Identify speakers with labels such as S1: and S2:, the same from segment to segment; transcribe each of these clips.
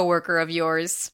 S1: coworker of yours.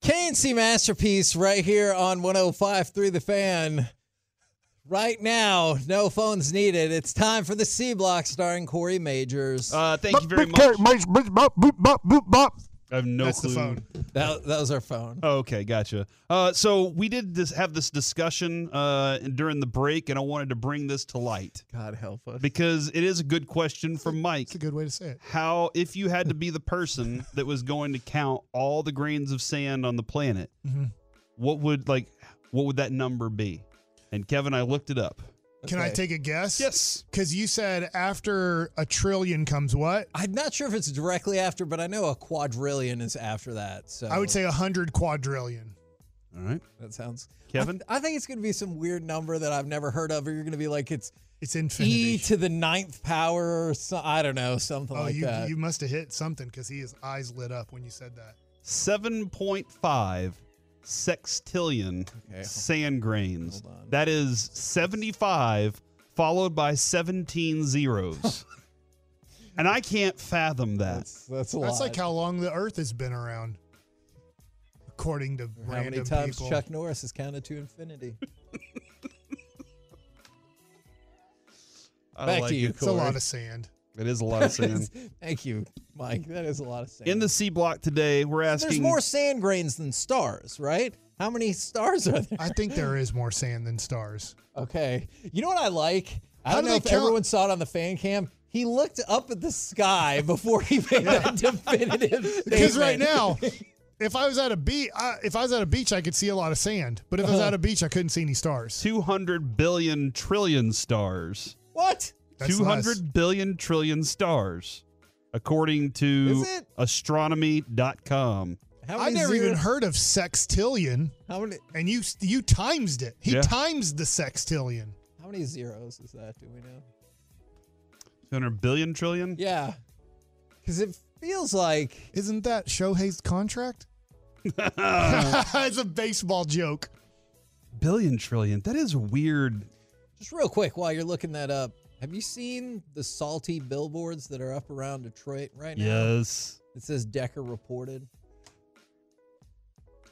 S2: KNC Masterpiece right here on 105.3 The Fan. Right now, no phones needed. It's time for the C Block starring Corey Majors.
S3: Uh, thank you very much. I have no
S4: That's the
S3: clue.
S4: phone.
S2: that, that was our phone.
S3: Oh, okay, gotcha. Uh, so we did this, have this discussion uh, during the break, and I wanted to bring this to light
S2: God help us.
S3: because it is a good question from Mike.
S4: That's a good way to say it.
S3: How, if you had to be the person that was going to count all the grains of sand on the planet,
S4: Mm-hmm.
S3: what would like, what would that number be? And Kevin, I looked it up.
S4: Can I
S2: Okay.
S4: take a guess?
S3: Yes.
S4: Because you said after a trillion comes what?
S2: I'm not sure if it's directly after, but I know a quadrillion is after that. So
S4: I would say a hundred quadrillion.
S3: All right,
S2: that sounds.
S3: Kevin?
S2: I, I think it's going to be some weird number that I've never heard of, or you're going to be like, it's
S4: It's
S2: E
S4: infinity.
S2: to the ninth power, or so, I don't know, something
S4: oh,
S2: like
S4: you
S2: that.
S4: you must have hit something because his eyes lit up when you said that.
S3: seven point five sextillion
S2: Okay,
S3: sand grains.
S2: hold on.
S3: That is seventy-five, followed by seventeen zeros. and I can't fathom that.
S2: that's, that's a
S4: That's
S2: lot.
S4: like how long the Earth has been around, according to
S2: Or How
S4: random
S2: many times
S4: people.
S2: Chuck Norris has counted to infinity?
S3: I
S2: Back
S3: like
S2: to you,
S3: It.
S4: it's a lot
S2: Corey.
S4: of sand.
S3: It is a lot of sand.
S2: Thank you, Mike. That is a lot of sand.
S3: In the C block today, we're asking.
S2: There's more sand grains than stars, right? How many stars are there?
S4: I think there is more sand than stars.
S2: Okay. You know what I like? I
S4: How
S2: don't
S4: do
S2: know
S4: they
S2: if
S4: count-
S2: everyone saw it on the fan cam. He looked up at the sky before he made that definitive statement.
S4: Because right now, if I was at a beach, if I was at a beach, I could see a lot of sand. But if
S2: Uh-huh.
S4: I was at a beach, I couldn't see any stars.
S3: 200 billion trillion stars.
S2: What?
S4: That's
S3: Two
S4: less.
S3: hundred billion trillion stars, according to
S2: Is it?
S3: astronomy.com.
S2: How
S4: I
S2: many
S4: never even
S2: zeros-
S4: heard of sextillion,
S2: How many,
S4: and you you timesed it. He
S3: Yeah.
S4: times the sextillion.
S2: how many zeros is that? Do we know?
S3: 200 billion trillion?
S2: Yeah. Because it feels like.
S4: Isn't that Shohei's contract? it's a baseball joke.
S3: Billion trillion. That is weird.
S2: Just real quick while you're looking that up, have you seen the salty billboards that are up around Detroit right now?
S3: Yes.
S2: It says Decker reported.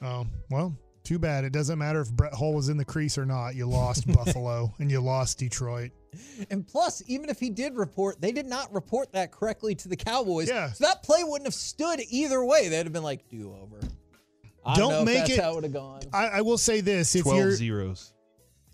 S4: Oh well, too bad. It doesn't matter if Brett Hull was in the crease or not. You lost Buffalo and you lost Detroit.
S2: And plus, even if he did report, they did not report that correctly to the Cowboys.
S4: Yeah.
S2: So that play wouldn't have stood either way. They'd have been like, do over. I
S4: Don't
S2: know if
S4: make
S2: that's
S4: it-
S2: how it would have gone.
S4: I, I will say this: if
S3: 12
S4: you're
S3: zeros.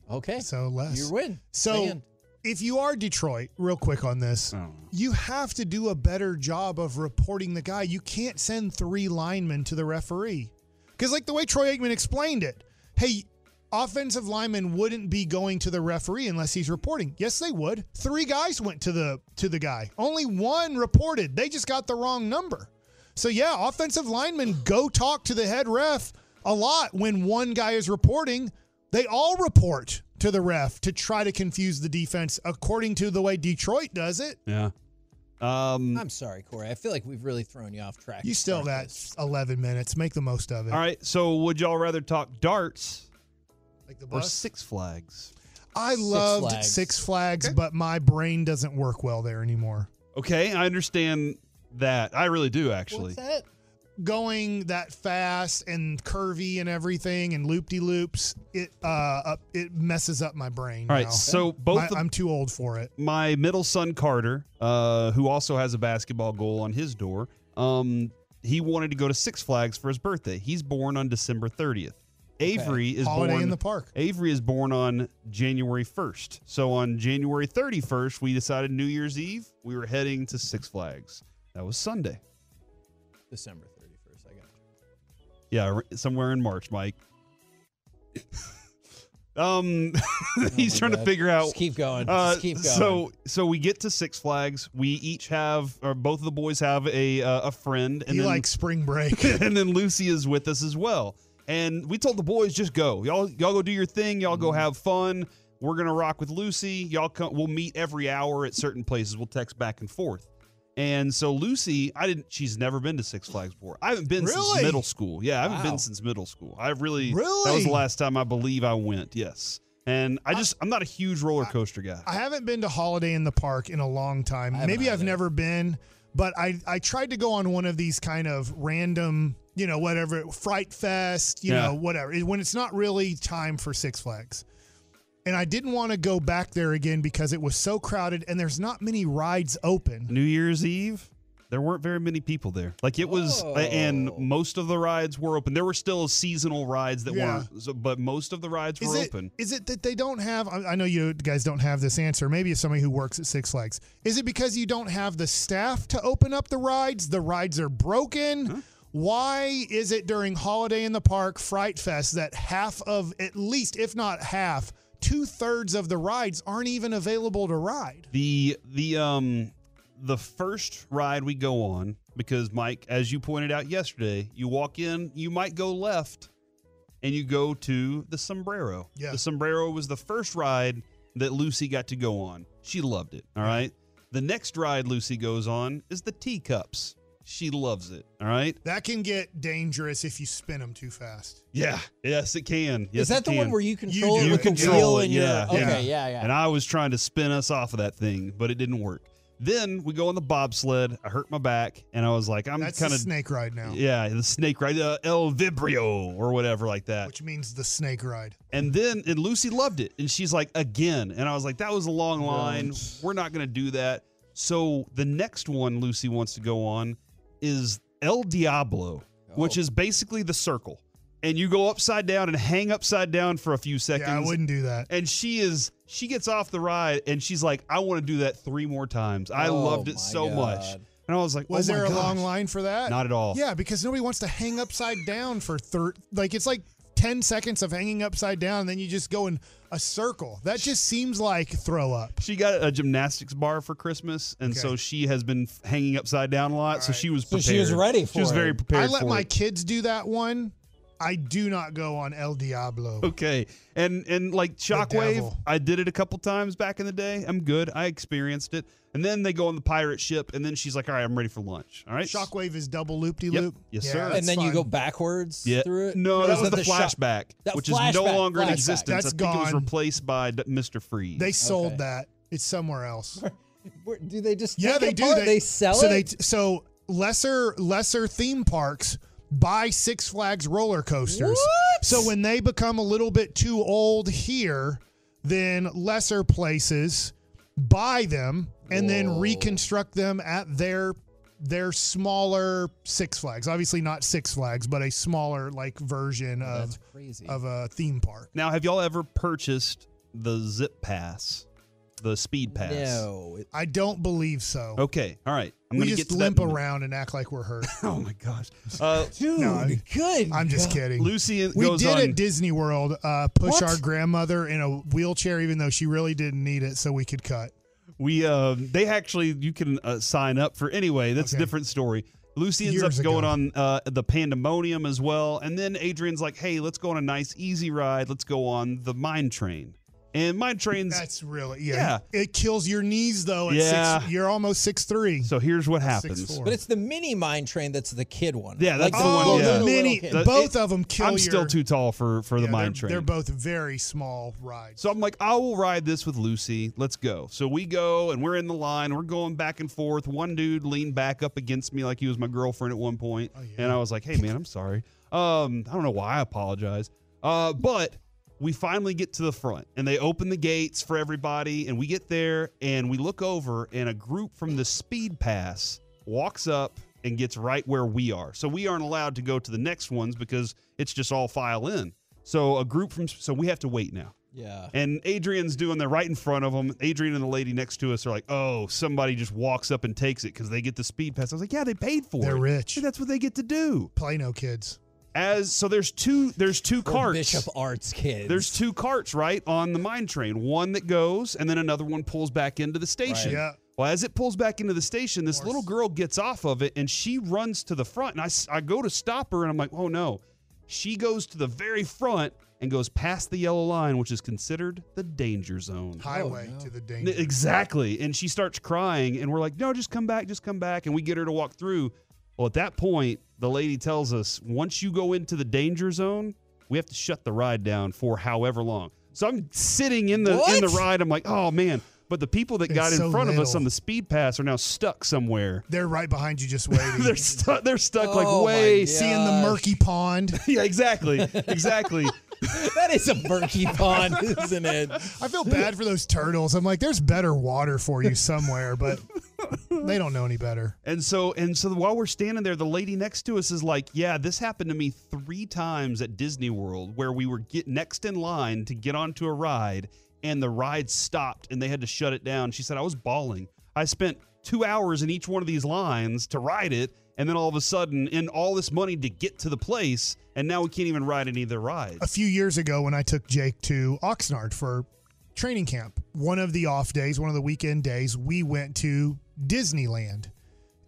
S2: Okay.
S4: so less,
S2: you win.
S4: So-
S2: Sand.
S4: if you are Detroit, real quick on this,
S3: Oh.
S4: you have to do a better job of reporting the guy. You can't send three linemen to the referee. Because, like the way Troy Aikman explained it, hey, offensive linemen wouldn't be going to the referee unless he's reporting. Yes, they would. Three guys went to the to the guy. Only one reported. They just got the wrong number. So yeah, offensive linemen go talk to the head ref a lot when one guy is reporting. They all report to the ref to try to confuse the defense according to the way Detroit does it.
S3: Yeah. Um,
S2: I'm sorry, Corey. I feel like we've really thrown you off track.
S4: You
S2: to
S4: still
S2: start
S4: got
S2: this.
S4: 11 minutes. Make the most of it.
S3: all right. So, would y'all rather talk darts
S4: Like the
S3: or
S4: bus.
S3: Six Flags?
S4: I
S2: Six
S4: loved
S2: Flags.
S4: Six Flags, but my brain doesn't work well there anymore.
S3: Okay. I understand that. I really do, actually.
S2: What's that?
S4: Going that fast and curvy and everything and loop de loops, it uh up, it messes up my brain.
S3: All right.
S4: now.
S3: So, both
S4: My-
S3: of
S4: I'm too old for it.
S3: my middle son Carter, uh, who also has a basketball goal on his door, um, he wanted to go to Six Flags for his birthday. He's born on December 30th. Avery is
S4: Holiday
S3: born
S4: in the park.
S3: Avery is born on January 1st. So on January 31st, we decided New Year's Eve, we were heading to Six Flags. That was Sunday.
S2: December 31st. I got you.
S3: Yeah, r- somewhere in March, Mike. um he's
S2: Oh my
S3: trying to
S2: God.
S3: figure out
S2: Just keep going.
S3: Uh,
S2: Just keep going.
S3: So so we get to Six Flags. We each have, or both of the boys have a uh, a friend, and
S4: he
S3: then
S4: likes spring break.
S3: and then Lucy is with us as well. And we told the boys just go, y'all y'all go do your thing, y'all
S2: Mm-hmm.
S3: go have fun. We're gonna rock with Lucy. Y'all come. We'll meet every hour at certain places. We'll text back and forth. And so Lucy, I didn't. She's never been to Six Flags before. I haven't been since
S4: Really?
S3: middle school. Yeah, I haven't
S2: Wow.
S3: been since middle school. I really, that was
S4: Really?
S3: the last time I believe I went. Yes. And I just, I, am not a huge roller coaster guy.
S4: I haven't been to Holiday in the Park in a long time.
S2: haven't
S4: Maybe I've
S2: either.
S4: never been, but I I tried to go on one of these kind of random, you know, whatever Fright Fest, you
S3: Yeah.
S4: know, whatever. It- When it's not really time for Six Flags. And I didn't want to go back there again because it was so crowded and there's not many rides open.
S3: New Year's Eve, there weren't very many people there. Like it was,
S2: Oh.
S3: and most of the rides were open. There were still seasonal rides that
S4: Yeah.
S3: weren't, so, but most of the rides
S4: Is
S3: were
S4: it,
S3: open.
S4: is it that they don't have? I I know you guys don't have this answer. Maybe it's somebody who works at Six Flags. Is it because you don't have the staff to open up the rides? The rides are broken. Why is it during Holiday in the Park Fright Fest that half of, at least if not half, two thirds of the rides aren't even available to ride?
S3: The the um the first ride we go on because Mike, as you pointed out yesterday, you walk in, you might go left, and you go to the Sombrero.
S4: Yeah.
S3: The Sombrero was the first ride that Lucy got to go on. She loved it. All right. The next ride Lucy goes on is the teacups. She loves it. All right.
S4: That can get dangerous if you spin them too fast.
S3: Yeah. Yes, it can. Yes,
S2: is that
S3: it
S2: the
S3: can.
S2: one where you control
S4: do
S2: it
S4: it,
S2: with the
S4: control
S2: wheel
S3: it,
S2: and your?
S3: yeah,
S2: okay, yeah, yeah.
S3: And I was trying to spin us off of that thing, but it didn't work. Then we go on the bobsled. I hurt my back, and I was like, I'm
S4: That's
S3: kind
S4: the
S3: of
S4: snake ride now,
S3: yeah, the snake ride, uh, El Vibrio or whatever like that.
S4: which means the snake ride.
S3: And then and Lucy loved it, and she's like again, and I was like, that was a long line. We're not gonna do that. So the next one Lucy wants to go on is El Diablo,
S4: Oh.
S3: which is basically the circle, and you go upside down and hang upside down for a few seconds
S4: Yeah, I wouldn't do that.
S3: and she is she gets off the ride and she's like i want to do that three more times i
S2: Oh
S3: loved
S2: my
S3: it so much
S2: God.
S3: and i was like
S4: Was
S3: oh my
S4: there a
S3: gosh.
S4: long line for that?
S3: not at all
S4: Yeah, because nobody wants to hang upside down for third. Like it's like ten seconds of hanging upside down, and then you just go in a circle. That just seems like throw up.
S3: she got a gymnastics bar for christmas and so
S4: Okay.
S3: she has been f- hanging upside down a lot so she was
S2: So
S3: prepared
S2: she was ready
S3: she was
S2: for
S3: very
S2: it.
S3: prepared
S4: I let
S3: for
S4: my
S3: it.
S4: kids do that one. I do not go on El Diablo.
S3: okay and and like shockwave
S4: devil.
S3: i did it a couple times back in the day i'm good i experienced it and then they go on the pirate ship and then she's like all right i'm ready for lunch all right
S4: Shockwave is double loop de
S3: Yep.
S4: loop.
S3: Yes, sir.
S2: and then you go backwards
S3: Yeah.
S2: through it.
S3: No,
S2: Or
S3: that
S2: is
S3: was the,
S2: shot-
S3: flashback,
S2: that
S3: which is no
S2: flashback,
S3: longer in
S2: flashback.
S3: existence. I
S4: That's
S3: think it was
S4: gone.
S3: replaced by D- Mr. Freeze.
S4: They sold
S2: Okay.
S4: that. It's somewhere else.
S2: Where- Do they just?
S4: Yeah,
S2: take
S4: they
S2: it
S4: do.
S2: apart?
S4: They,
S2: They, sell
S4: so
S2: it.
S4: They, so lesser lesser theme parks buy Six Flags roller coasters.
S2: What?
S4: So when they become a little bit too old here, then lesser places buy them and then
S2: Whoa.
S4: reconstruct them at their their smaller Six Flags. Obviously not Six Flags, but a smaller like version
S2: Oh, That's
S4: of
S2: crazy.
S4: of a theme park.
S3: Now, have y'all ever purchased the Zip Pass, the Speed Pass?
S2: No, it-
S4: I don't believe so.
S3: Okay. All right. I'm
S4: we
S3: gonna
S4: just
S3: get to
S4: limp
S3: that in a-
S4: around and act like we're hurt.
S3: Oh my gosh. Uh,
S2: dude,
S4: I-
S2: good.
S4: I'm just
S2: God.
S4: kidding.
S3: Lucy
S4: We
S3: goes
S4: did
S3: on.
S4: at Disney World uh, push
S2: What?
S4: our grandmother in a wheelchair, even though she really didn't need it, so we could cut.
S3: we um, they actually you can uh, sign up for anyway. That's a
S4: Okay.
S3: different story. Lucy ends
S4: Years
S3: up going
S4: ago.
S3: on uh, the Pandemonium as well, and then Adrian's like, "Hey, let's go on a nice easy ride. Let's go on the Mine Train." And Mine Train's
S4: That's really yeah. It kills your knees though. At
S3: Yeah.
S4: six, you're almost six three.
S3: so here's what happens.
S4: six four.
S2: But it's the mini mine train that's the kid one.
S3: Yeah, that's the
S4: oh,
S3: one, yeah.
S4: the
S2: little
S4: mini.
S2: kid.
S3: The-
S4: both
S3: it-
S4: of them kill.
S3: I'm
S4: your,
S3: still too tall for for the
S4: yeah,
S3: Mine
S4: they're,
S3: Train.
S4: They're both very small rides.
S3: So I'm like, I will ride this with Lucy. Let's go. So we go and we're in the line. We're going back and forth. One dude leaned back up against me like he was my girlfriend at one point. And I was like, hey, man, I'm sorry. Um, I don't know why I apologize. Uh, but we finally get to the front and they open the gates for everybody. And we get there and we look over and a group from the speed pass walks up and gets right where we are. So we aren't allowed to go to the next ones because it's just all file in. So a group from so we have to wait now.
S2: Yeah.
S3: And Adrian's doing that right in front of them. Adrian and the lady next to us are like, "Oh, somebody just walks up and takes it because they get the speed pass." I was like, "Yeah, they paid for
S4: They're
S3: it.
S4: rich.
S3: Hey, that's what they get to do."
S4: Plano kids.
S3: As so, there's two. There's two
S2: For
S3: carts.
S2: Bishop Arts kids.
S3: There's two carts, right, on the mine train. One that goes, and then another one pulls back into the station.
S4: Right. Yeah.
S3: Well, as it pulls back into the station, this little girl gets off of it and she runs to the front. And I, s- I go to stop her, and I'm like, oh no. She goes to the very front and goes past the yellow line, which is considered the danger zone.
S4: Highway
S2: Oh,
S4: to the
S3: N-
S4: danger.
S3: Exactly. And she starts crying, and we're like, no, just come back, just come back. And we get her to walk through. Well, at that point, the lady tells us once you go into the danger zone, we have to shut the ride down for however long. So I'm sitting in the in the
S2: What?
S3: ride. I'm like, oh man. But the people that
S4: It's
S3: got in
S4: so
S3: front of us
S4: little.
S3: on the speed pass are now stuck somewhere.
S4: They're right behind you, just waiting.
S3: they're stuck. They're stuck
S2: Oh, my
S3: like way.
S2: God.
S4: seeing the murky pond.
S3: Yeah, exactly, exactly.
S2: that is a murky pond, isn't it?
S4: I feel bad for those turtles. I'm like, there's better water for you somewhere, but they don't know any better.
S3: And so and so while we're standing there, the lady next to us is like, "Yeah, this happened to me three times at Disney World, where we were get next in line to get onto a ride, and the ride stopped, and they had to shut it down." She said, "I was bawling. I spent two hours in each one of these lines to ride it, and then all of a sudden, in all this money to get to the place, and now we can't even ride any of the
S4: A
S3: rides."
S4: few years ago, when I took Jake to Oxnard for training camp, one of the off days, one of the weekend days, we went to Disneyland.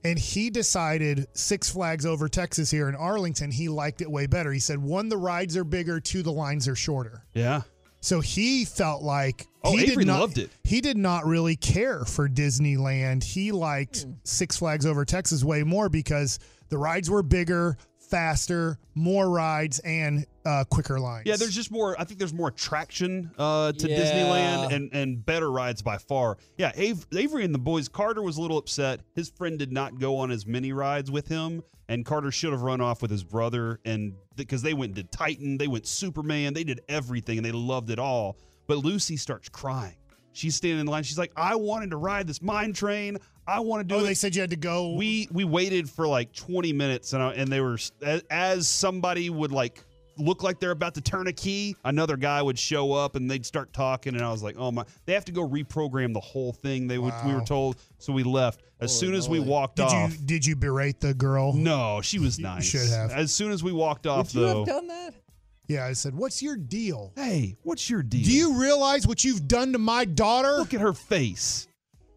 S4: And he decided Six Flags over Texas here in Arlington, he liked it way better. He said, one, the rides are bigger, two, the lines are shorter.
S3: Yeah,
S4: So he felt like
S3: Oh,
S4: he
S3: Avery
S4: did not,
S3: loved it.
S4: He did not really care for Disneyland. He liked Six Flags Over Texas way more because the rides were bigger, faster, more rides, and uh, quicker lines.
S3: yeah. There's just more. I think there's more attraction uh, to
S2: Yeah.
S3: Disneyland and and better rides by far. Yeah, Av- Avery and the boys. Carter was a little upset. His friend did not go on as many rides with him, and Carter should have run off with his brother. And because they went and did Titan, they went Superman, they did everything, and they loved it all. But Lucy starts crying. She's standing in line. She's like, "I wanted to ride this mine train. I want to do
S4: oh,
S3: it."
S4: they said you had to go.
S3: we we waited for like 20 minutes and I, and they were as, as somebody would like look like they're about to turn a key another guy would show up and they'd start talking and i was like oh my they have to go reprogram the whole thing they would we were
S4: Wow.
S3: told so we left as soon as we walked
S4: did
S3: off
S4: you did you berate the girl?
S3: no she was nice
S4: should have.
S3: as soon as we walked off
S2: Would you
S3: though
S2: have done that?
S4: Yeah, I said, what's your deal?
S3: hey what's your deal
S4: Do you realize what you've done to my daughter?
S3: look at her face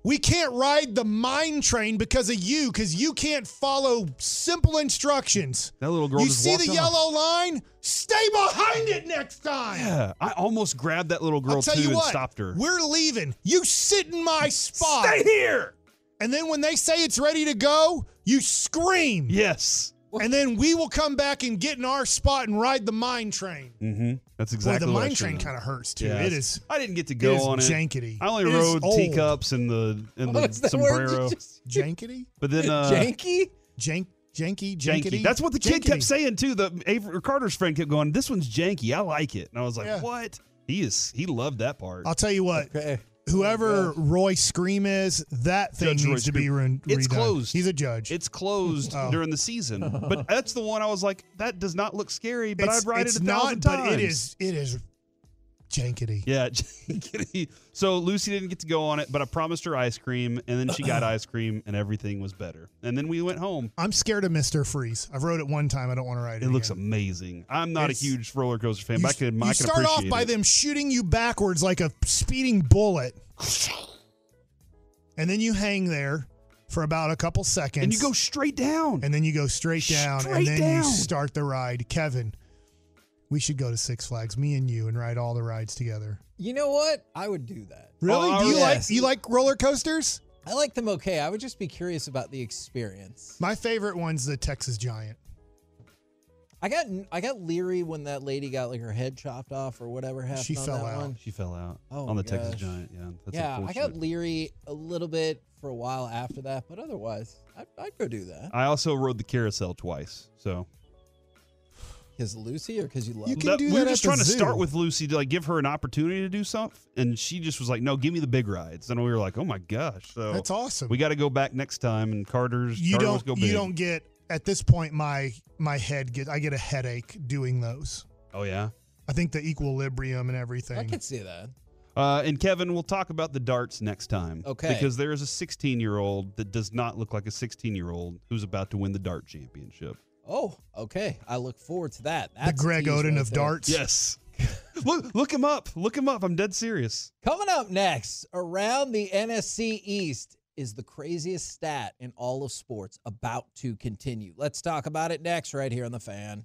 S4: We can't ride the mine train because of you, because you can't follow simple instructions.
S3: that little girl
S4: you
S3: just
S4: see
S3: walked
S4: the
S3: off.
S4: yellow line? Stay behind it next time.
S3: yeah i almost grabbed that little girl
S4: I'll tell
S3: too
S4: you
S3: and
S4: what.
S3: stopped her
S4: We're leaving. You sit in my spot.
S3: stay here
S4: And then when they say it's ready to go, you scream.
S3: yes
S4: And then we will come back and get in our spot and ride the mine train.
S3: mm-hmm that's
S4: Boy,
S3: exactly
S4: the
S3: what I
S4: mine
S3: should've
S4: train
S3: done.
S4: kind of hurts too.
S3: Yeah,
S4: it
S3: it's-
S4: is.
S3: I didn't get to
S4: it
S3: go
S4: is
S3: on
S4: jankety.
S3: it. I only
S4: It is
S3: rode
S4: old. Oh,
S3: teacups and the and the
S2: What's Oh, that
S3: sombrero.
S2: word? you just-
S4: Jankety?
S3: But then uh,
S2: Janky?
S4: Jank janky jankety.
S3: janky. That's what the kid
S4: Jankety.
S3: kept saying too. The Avery, Carter's friend kept going, "This one's janky. I like it." And I was like,
S4: Yeah.
S3: "What?" He is. He loved that part.
S4: I'll tell you what.
S2: Okay.
S4: Whoever Roy Scream is, that thing
S3: Judge Roy
S4: needs to be re-
S3: It's
S4: redone.
S3: closed.
S4: He's a judge.
S3: it's closed
S4: Oh.
S3: during the season, but that's the one I was like, "That does not look scary." But
S4: It's-
S3: I'd ride
S4: it's
S3: it a
S4: not,
S3: thousand times.
S4: but it is. It is jankety.
S3: Yeah. jankety. so Lucy didn't get to go on it, but I promised her ice cream, and then she got ice cream, and everything was better. And then we went home.
S4: I'm scared of Mister Freeze. I've rode it one time. I don't want to ride it.
S3: It looks
S4: again.
S3: amazing. I'm not
S4: It's-
S3: a huge roller coaster fan,
S4: You,
S3: but I can,
S4: you
S3: I can
S4: start off
S3: appreciate
S4: by
S3: it.
S4: them shooting you backwards like a speeding bullet, and then you hang there for about a couple seconds,
S3: and you go straight down.
S4: and then you go straight down,
S3: Straight
S4: and then
S3: down.
S4: you start the ride. Kevin, we should go to Six Flags, me and you, and ride all the rides together.
S2: You know what? I would do that.
S4: Really?
S3: Oh,
S4: Do you
S2: yes.
S4: like you like roller coasters?
S2: I like them okay. I would just be curious about the experience.
S4: My favorite one's the Texas Giant.
S2: I got I got leery when that lady got like her head chopped off or whatever happened
S4: She
S2: on
S4: fell
S2: that
S4: out.
S2: one.
S3: she fell out
S2: Oh
S3: on
S2: my
S3: the Texas
S2: gosh.
S3: Giant. Yeah, that's
S2: yeah, I got
S3: unfortunate.
S2: leery a little bit for a while after that, but otherwise, I'd, I'd go do that.
S3: I also rode the carousel twice. So
S2: Because Lucy or because you love
S4: You
S2: her?
S4: can
S3: That-
S4: do
S3: we
S4: that
S3: were
S4: at
S3: just
S4: the
S3: trying to start
S4: zoo.
S3: with Lucy to like give her an opportunity to do something, and she just was like, "No, give me the big rides." And we were like, "Oh my gosh!" So
S4: That's awesome.
S3: We got to go back next time, and Carter's
S4: you
S3: Carter
S4: don't
S3: must go big.
S4: you don't get at this point my my head get I get a headache doing those.
S3: Oh yeah.
S4: I think the equilibrium and
S2: I
S4: everything.
S2: could see that.
S3: Uh, and Kevin, we'll talk about the darts next time.
S2: Okay.
S3: Because there is a 16 year old that does not look like a 16 year old who's about to win the dart championship.
S2: Oh, okay. I look forward to that.
S4: the
S2: That's a
S4: Greg
S2: tease
S4: Oden
S2: right
S4: of
S2: there.
S4: darts.
S3: Yes. look, look him up. Look him up. I'm dead serious.
S2: Coming up next, around the NFC East is the craziest stat in all of sports about to continue. Let's talk about it next, right here on The Fan.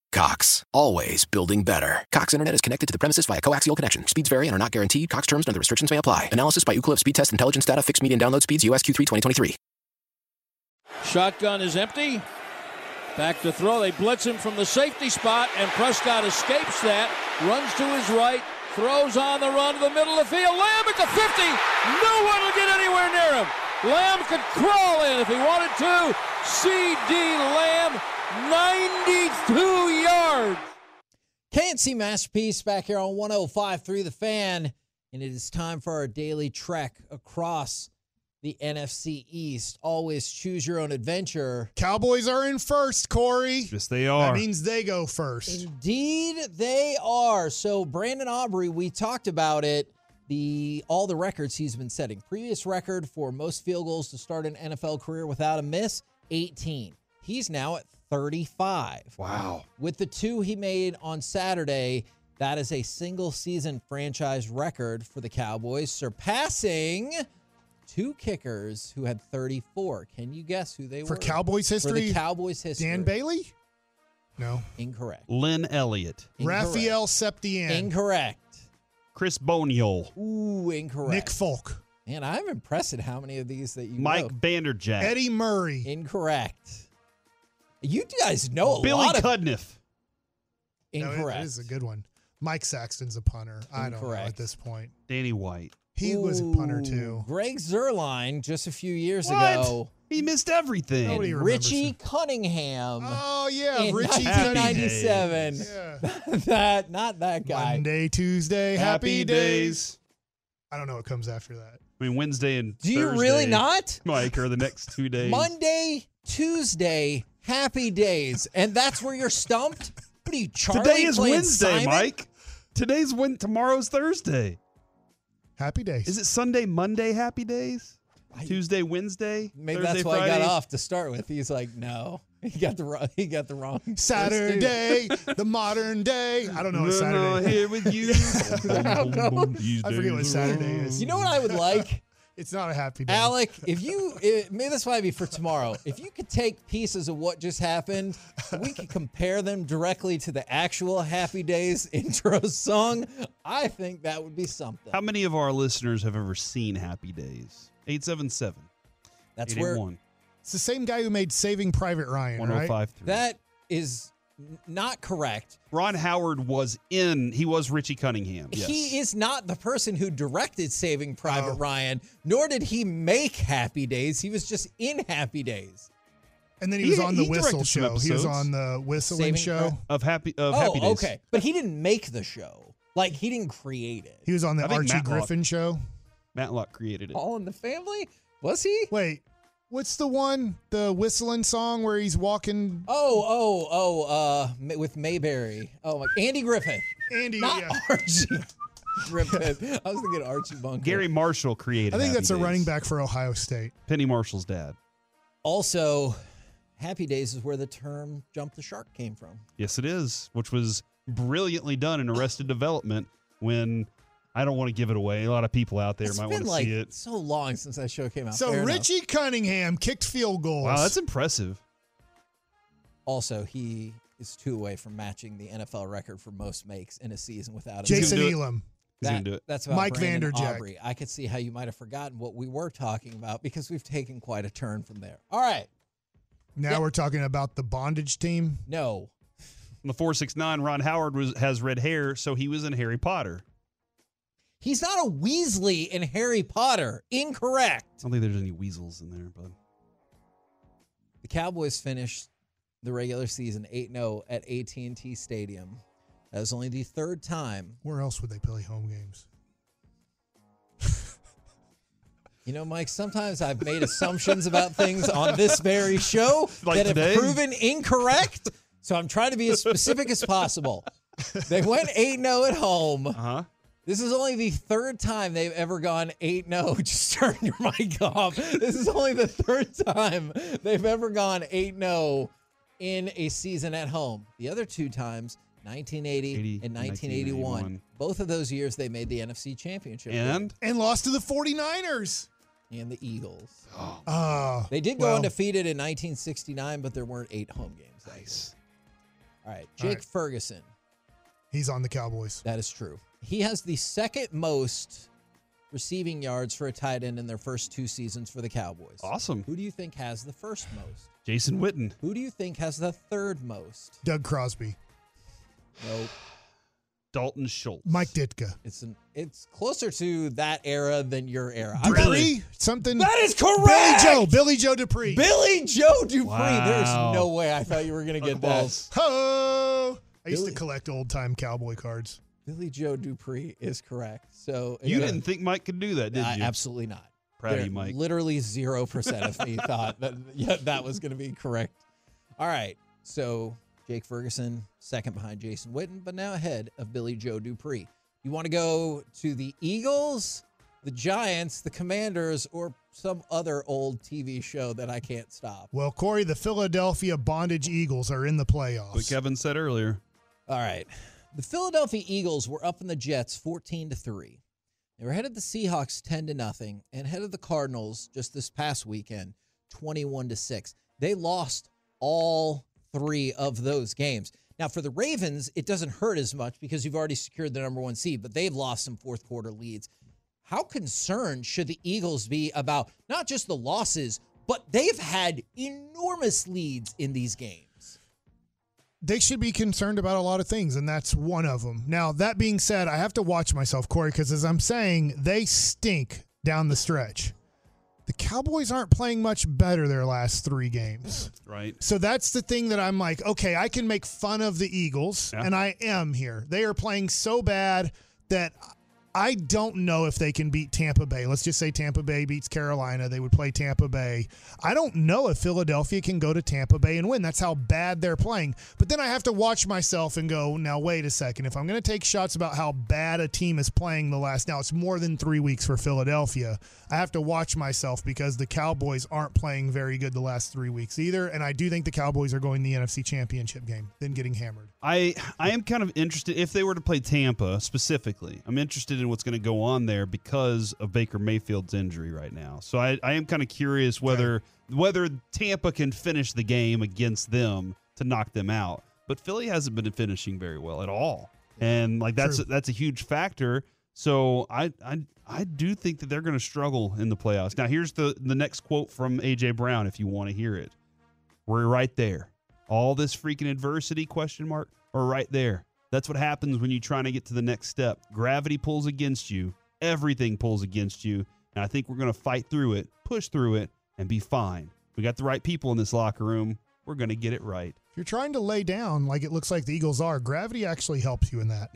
S5: Cox, always building better. Cox Internet is connected to the premises via coaxial connection. Speeds vary and are not guaranteed. Cox terms and other restrictions may apply. Analysis by Ookla of Speed Test Intelligence Data. Fixed median download speeds. USQ3 2023.
S6: Shotgun is empty. Back to throw. They blitz him from the safety spot, and Prescott escapes that, runs to his right, throws on the run to the middle of the field. Lamb at the 50. No one will get anywhere near him. Lamb could crawl in if he wanted to. C.D. Lamb, 92 yards.
S2: KNC Masterpiece back here on 105.3 The Fan, and it is time for our daily trek across the NFC East. Always choose your own adventure.
S4: Cowboys are in first, Corey.
S3: Yes, they are.
S4: That means they go first.
S2: Indeed, they are. So Brandon Aubrey, we talked about it. The all the records he's been setting. Previous record for most field goals to start an NFL career without a miss, 18. He's now at 35.
S3: wow.
S2: With the two he made on Saturday, that is a single season franchise record for the Cowboys, surpassing two kickers who had 34. Can you guess who they
S4: For
S2: were?
S4: Cowboys
S2: For the
S4: history,
S2: Cowboys history.
S4: Dan Bailey? No.
S2: Incorrect.
S3: Lynn Elliott,
S2: Incorrect.
S4: Raphael Septien.
S2: Incorrect.
S3: Chris Boniel,
S2: Ooh, incorrect.
S4: Nick Folk.
S2: Man, I'm impressed at how many of these that you
S3: Mike
S2: know.
S3: Vanderjack,
S4: Eddie Murray.
S2: Incorrect. You guys know a
S3: Billy
S2: lot of
S3: Cudniff.
S4: No, it-
S2: incorrect.
S4: it is a good one. Mike Saxton's a punter. I don't know
S2: Incorrect.
S4: at this point.
S3: Danny White.
S4: He was a punter too.
S2: Ooh, Greg Zerline just a few years
S3: What?
S2: ago.
S3: He missed everything.
S4: Nobody
S2: and
S4: remembers
S2: Richie
S4: him.
S2: Cunningham
S4: Oh yeah,
S2: in
S4: Richie
S3: Happy
S4: Cunningham.
S2: 1997.
S4: Yeah.
S2: that not that guy.
S4: Monday, Tuesday, happy, days. I don't know what comes after that.
S3: I mean, Wednesday and
S2: Do you really
S3: Thursday,
S2: not?
S3: Mike, or the next two days.
S2: Monday, Tuesday, happy days, and that's where you're stumped. What are you, Charlie?
S3: Today is
S2: playing
S3: Wednesday,
S2: Simon?
S3: Mike. Today's when tomorrow's Thursday.
S4: Happy days.
S3: Is it Sunday, Monday, happy days?
S2: I-
S3: Tuesday, Wednesday,
S2: Maybe
S3: Thursday,
S2: that's why
S3: Friday.
S2: I got off to start with. He's like, no, he got the wrong, he got the wrong first dude.
S4: Saturday, the modern day. I don't know what
S3: No, no,
S4: Saturday.
S3: here with you.
S2: I don't know.
S3: These
S4: I forget what
S3: days are
S4: Saturday
S3: wrong.
S4: is.
S2: You know what I would like,
S4: It's not a happy day.
S2: Alec? If you, it, maybe this might be for tomorrow. If you could take pieces of what just happened, we could compare them directly to the actual Happy Days intro song. I think that would be something.
S3: How many of our listeners have ever seen Happy Days? 877.
S2: That's where
S3: 881.
S4: It's the same guy who made Saving Private Ryan, right?
S3: 1053.
S2: that is n- not correct.
S3: Ron Howard was in, he was Richie Cunningham. Yes.
S2: He is not the person who directed Saving Private
S4: Oh.
S2: Ryan, nor did he make Happy Days. He was just in Happy Days.
S4: And then he,
S3: He-
S4: was on the
S3: he
S4: whistle
S3: directed some
S4: show. He
S3: episodes.
S4: was on the whistling
S2: Saving-
S4: show.
S3: of happy of
S2: oh,
S3: happy days.
S2: okay. But he didn't make the show. Like he didn't create it.
S4: He was on the
S3: I think
S4: Archie
S3: Matt Locke.
S4: Griffin show.
S3: Matlock created it.
S2: All in the family? Was he?
S4: Wait, what's the one? The whistling song where he's walking
S2: Oh, oh, oh, uh, Ma- with Mayberry. Oh, my. Andy Griffith.
S4: Andy.
S2: Not
S4: yeah.
S2: Archie Griffith. I was thinking Archie Bunker.
S3: Gary Marshall created.
S4: I think
S3: Happy
S4: that's a
S3: Days.
S4: running back for Ohio State.
S3: Penny Marshall's dad.
S2: Also, Happy Days is where the term jump the shark came from.
S3: Yes, it is, which was brilliantly done in Arrested Development. When I don't want to give it away, a lot of people out there
S2: It's
S3: might want
S2: been
S3: to
S2: like
S3: see it.
S2: so long since that show came out.
S4: So
S2: Fair enough.
S4: Richie Cunningham kicked field goals.
S3: Wow, that's impressive.
S2: Also, he is two away from matching the NFL record for most makes in a season without a
S4: Jason
S3: He's gonna do
S4: Elam.
S3: He's
S2: That-
S3: gonna do it.
S2: That's about
S4: Mike
S2: Brandon
S4: Vanderjack.
S2: Aubrey. I could see how you might have forgotten what we were talking about because we've taken quite a turn from there. All right.
S4: Now we're talking about the bondage team.
S2: No.
S3: On the four six nine, Ron Howard was has red hair, so he was in Harry Potter.
S2: He's not a Weasley in Harry Potter.
S3: I
S2: Incorrect.
S3: don't think there's any weasels in there, but
S2: The Cowboys finished the regular season 8-0 at AT&T Stadium. That was only the third time.
S4: Where else would they play home games?
S2: You know, Mike, sometimes I've made assumptions about things on this very show
S3: Like
S2: that
S3: today?
S2: have proven incorrect. So I'm trying to be as specific as possible. They went 8-0 at home.
S3: uh huh.
S2: This is only the third time they've ever gone 8 0. Just turn your mic off. This is only the third time they've ever gone 8 0 in a season at home. The other two times, 1980
S3: 80
S2: and
S3: and
S2: 1981.
S3: 1981.
S2: Both of those years they made the NFC Championship game
S3: And
S4: And lost to the 49ers.
S2: and the Eagles.
S4: Oh.
S2: They did go
S4: Well-
S2: undefeated in 1969, but there weren't eight home games. that
S3: nice.
S2: year. All right, Jake
S4: right.
S2: Ferguson.
S4: He's on the Cowboys.
S2: That is true. He has the second most receiving yards for a tight end in their first two seasons for the Cowboys.
S3: Awesome.
S2: Who do you think has the first most?
S3: Jason Witten.
S2: Who do you think has the third most?
S4: Doug Crosby.
S2: Nope.
S3: Dalton Schultz.
S4: Mike Ditka.
S2: It's an it's closer to that era than your era. I'm
S3: Really?
S4: Dupree? Something.
S2: That is
S4: Billy
S2: correct.
S4: Joe. Billy Joe Dupree.
S2: Billy Joe Dupree.
S3: Wow.
S2: There's no way I thought you were gonna
S3: Look
S2: get
S3: at
S2: that.
S4: Ho! I used
S2: Billy-
S4: to collect old time cowboy cards.
S2: Billy Joe Dupree is correct. So
S3: You
S2: yeah.
S3: didn't think Mike could do that, did
S2: I-
S3: you?
S2: absolutely not.
S3: Proud of
S2: There-
S3: you, Mike.
S2: Literally zero percent of me thought that yeah, that was going to be correct. All right, so Jake Ferguson second behind Jason Witten, but now ahead of Billy Joe Dupree. You want to go to the Eagles, the Giants, the Commanders, or some other old TV show that I can't stop?
S4: Well, Corey, the Philadelphia Bondage Eagles are in the
S3: What
S4: playoffs.
S3: Kevin said earlier.
S2: All right. The Philadelphia Eagles were up in the Jets 14 to 3. They were ahead of the Seahawks 10 to nothing and ahead of the Cardinals just this past weekend 21 to 6. They lost all 3 of those games. Now for the Ravens, it doesn't hurt as much because you've already secured the number 1 seed, but they've lost some fourth quarter leads. How concerned should the Eagles be about not just the losses, but they've had enormous leads in these games?
S4: they should be concerned about a lot of things, and that's one of them. Now, that being said, I have to watch myself, Corey, because as I'm saying, they stink down the stretch. The Cowboys aren't playing much better their last three games.
S3: Right.
S4: So that's the thing that I'm like, okay, I can make fun of the Eagles,
S3: Yeah.
S4: and I am here. They are playing so bad that I don't know if they can beat Tampa Bay. Let's just say Tampa Bay beats Carolina. They would play Tampa Bay. I don't know if Philadelphia can go to Tampa Bay and win. That's how bad they're playing. But then I have to watch myself and go, now, wait a second. If I'm going to take shots about how bad a team is playing the last, now it's more than three weeks for Philadelphia. I have to watch myself because the Cowboys aren't playing very good the last three weeks either. And I do think the Cowboys are going to the NFC Championship game, then getting hammered.
S3: I I am kind of interested if they were to play Tampa specifically. I'm interested in what's going to go on there because of Baker Mayfield's injury right now. So I, I am kind of curious whether whether Tampa can finish the game against them to knock them out. But Philly hasn't been finishing very well at all, and like that's
S4: True.
S3: that's a huge factor. So I I I do think that they're going to struggle in the playoffs. Now here's the the next quote from AJ Brown if you want to hear it. We're right there. All this freaking adversity question mark are right there. That's what happens when you're trying to get to the next step. Gravity pulls against you. Everything pulls against you. And I think we're going to fight through it, push through it, and be fine. We We got the right people in this locker room. We're going to get it right.
S4: If you're trying to lay down like it looks like the Eagles are, gravity actually helps you in that.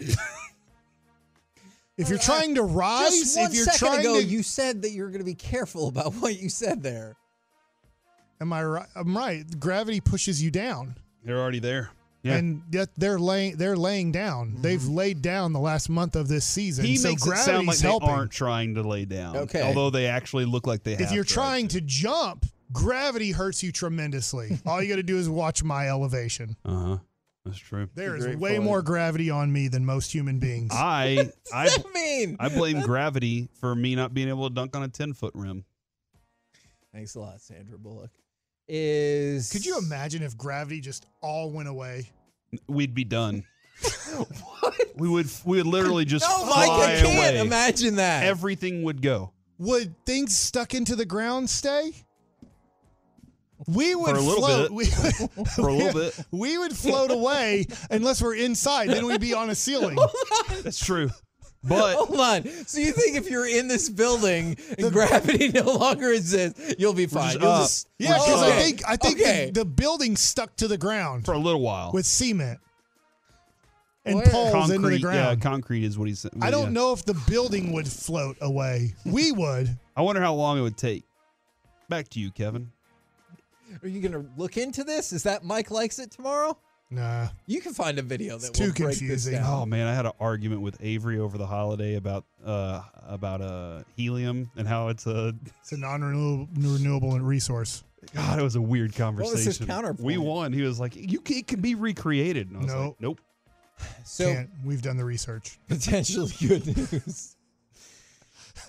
S4: if you're trying to rise,
S2: Uh, Just one
S4: if you're
S2: second
S4: trying
S2: ago,
S4: to,
S2: you said that you're going to be careful about what you said there.
S4: am I right? I'm right. Gravity pushes you down,
S3: They're already there. Yeah. Mm-hmm.
S4: and yet they're laying they're laying down. They've laid down the last month of this season.
S3: he
S4: so
S3: makes it
S4: gravity's
S3: sound like
S4: helping.
S3: they aren't trying to lay down.
S2: Okay.
S3: Although they actually look like they have.
S4: if you're
S3: tried
S4: trying to jump, gravity hurts you tremendously. All you got to do is watch my elevation.
S3: Uh huh. That's true.
S4: There is
S2: Great
S4: way
S2: point.
S4: more gravity on me than most human beings.
S3: I I
S2: I mean,
S3: I blame gravity for me not being able to dunk on a ten foot rim.
S2: thanks a lot, Sandra Bullock. Is
S4: Could you imagine if gravity just all went away?
S3: We'd be done. We would we would literally just
S2: No,
S3: fly
S2: Mike, I can't
S3: away.
S2: imagine that.
S3: Everything would go.
S4: Would things stuck into the ground stay? We would
S3: For a little
S4: float.
S3: bit.
S4: We,
S3: For a little bit.
S4: we would float away unless we're inside. Then we'd be on a ceiling.
S3: That's true. But
S2: Hold on. So you think if you're in this building and gravity no longer exists, you'll be fine?
S3: just
S2: You'll
S3: up.
S2: just-
S4: Yeah, because I
S2: Okay.
S4: think I think
S2: Okay.
S4: the, the building stuck to the ground
S3: for a little while.
S4: with cement and
S2: Where?
S4: poles into the
S3: concrete. Yeah,
S4: ground.
S3: concrete is what he said.
S4: I don't
S3: yeah.
S4: know if the building would float away. We would.
S3: I wonder how long it would take. Back to you, Kevin.
S2: Are you going to look into this? Is that Mike likes it tomorrow?
S4: Nah.
S2: You can find a video that
S4: It's too
S2: will break
S4: confusing.
S2: this down.
S3: Oh man, I had an argument with Avery over the holiday about uh about uh helium and how it's a
S4: It's a non-renewable renewable resource.
S3: God, it was a weird conversation.
S2: was his counterpoint?
S3: We won. He was like, "You c- it can be recreated." And I was
S4: No.
S3: like, "Nope."
S2: so
S4: Can't. We've done the research.
S2: potentially good news.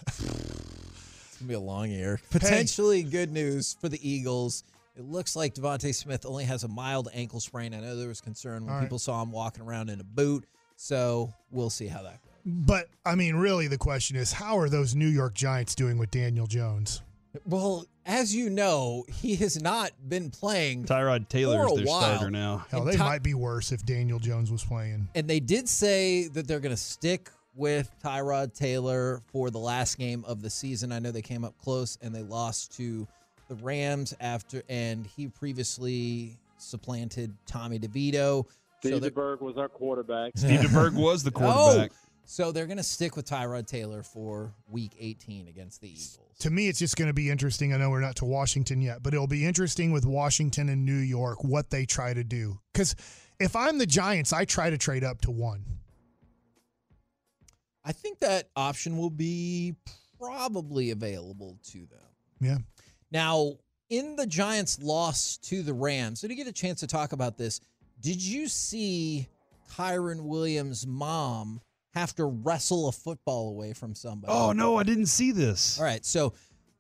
S2: it's gonna be a long year. Potentially good news for the Eagles. It looks like Devontae Smith only has a mild ankle sprain. I know there was concern when
S4: All right.
S2: people saw him walking around in a boot. So we'll see how that goes.
S4: But I mean, really, the question is, how are those New York Giants doing with Daniel Jones?
S2: Well, as you know, he has not been playing,
S3: Tyrod Taylor
S2: For
S3: is
S2: a
S3: their
S2: while.
S3: starter now.
S4: Hell,
S2: And
S4: they
S2: Ty-
S4: might be worse if Daniel Jones was playing.
S2: and they did say that they're going to stick with Tyrod Taylor for the last game of the season. I know they came up close and they lost to the Rams after, and he previously supplanted Tommy DeVito. So they're, Oh,
S7: was our quarterback.
S3: Steve DeBerg was
S6: Oh,
S3: the quarterback.
S2: so they're going to stick with Tyrod Taylor for Week 18 against the Eagles.
S4: To me, it's just going to be interesting. I know we're not to Washington yet, but it'll be interesting with Washington and New York what they try to do. Because if I'm the Giants, I try to trade up to one.
S2: I think that option will be probably available to them.
S4: Yeah.
S2: Now, in the Giants' loss to the Rams, did you get a chance to talk about this? Did you see Kyron Williams' mom have to wrestle a football away from somebody?
S3: Oh no, I didn't see this.
S2: All right, so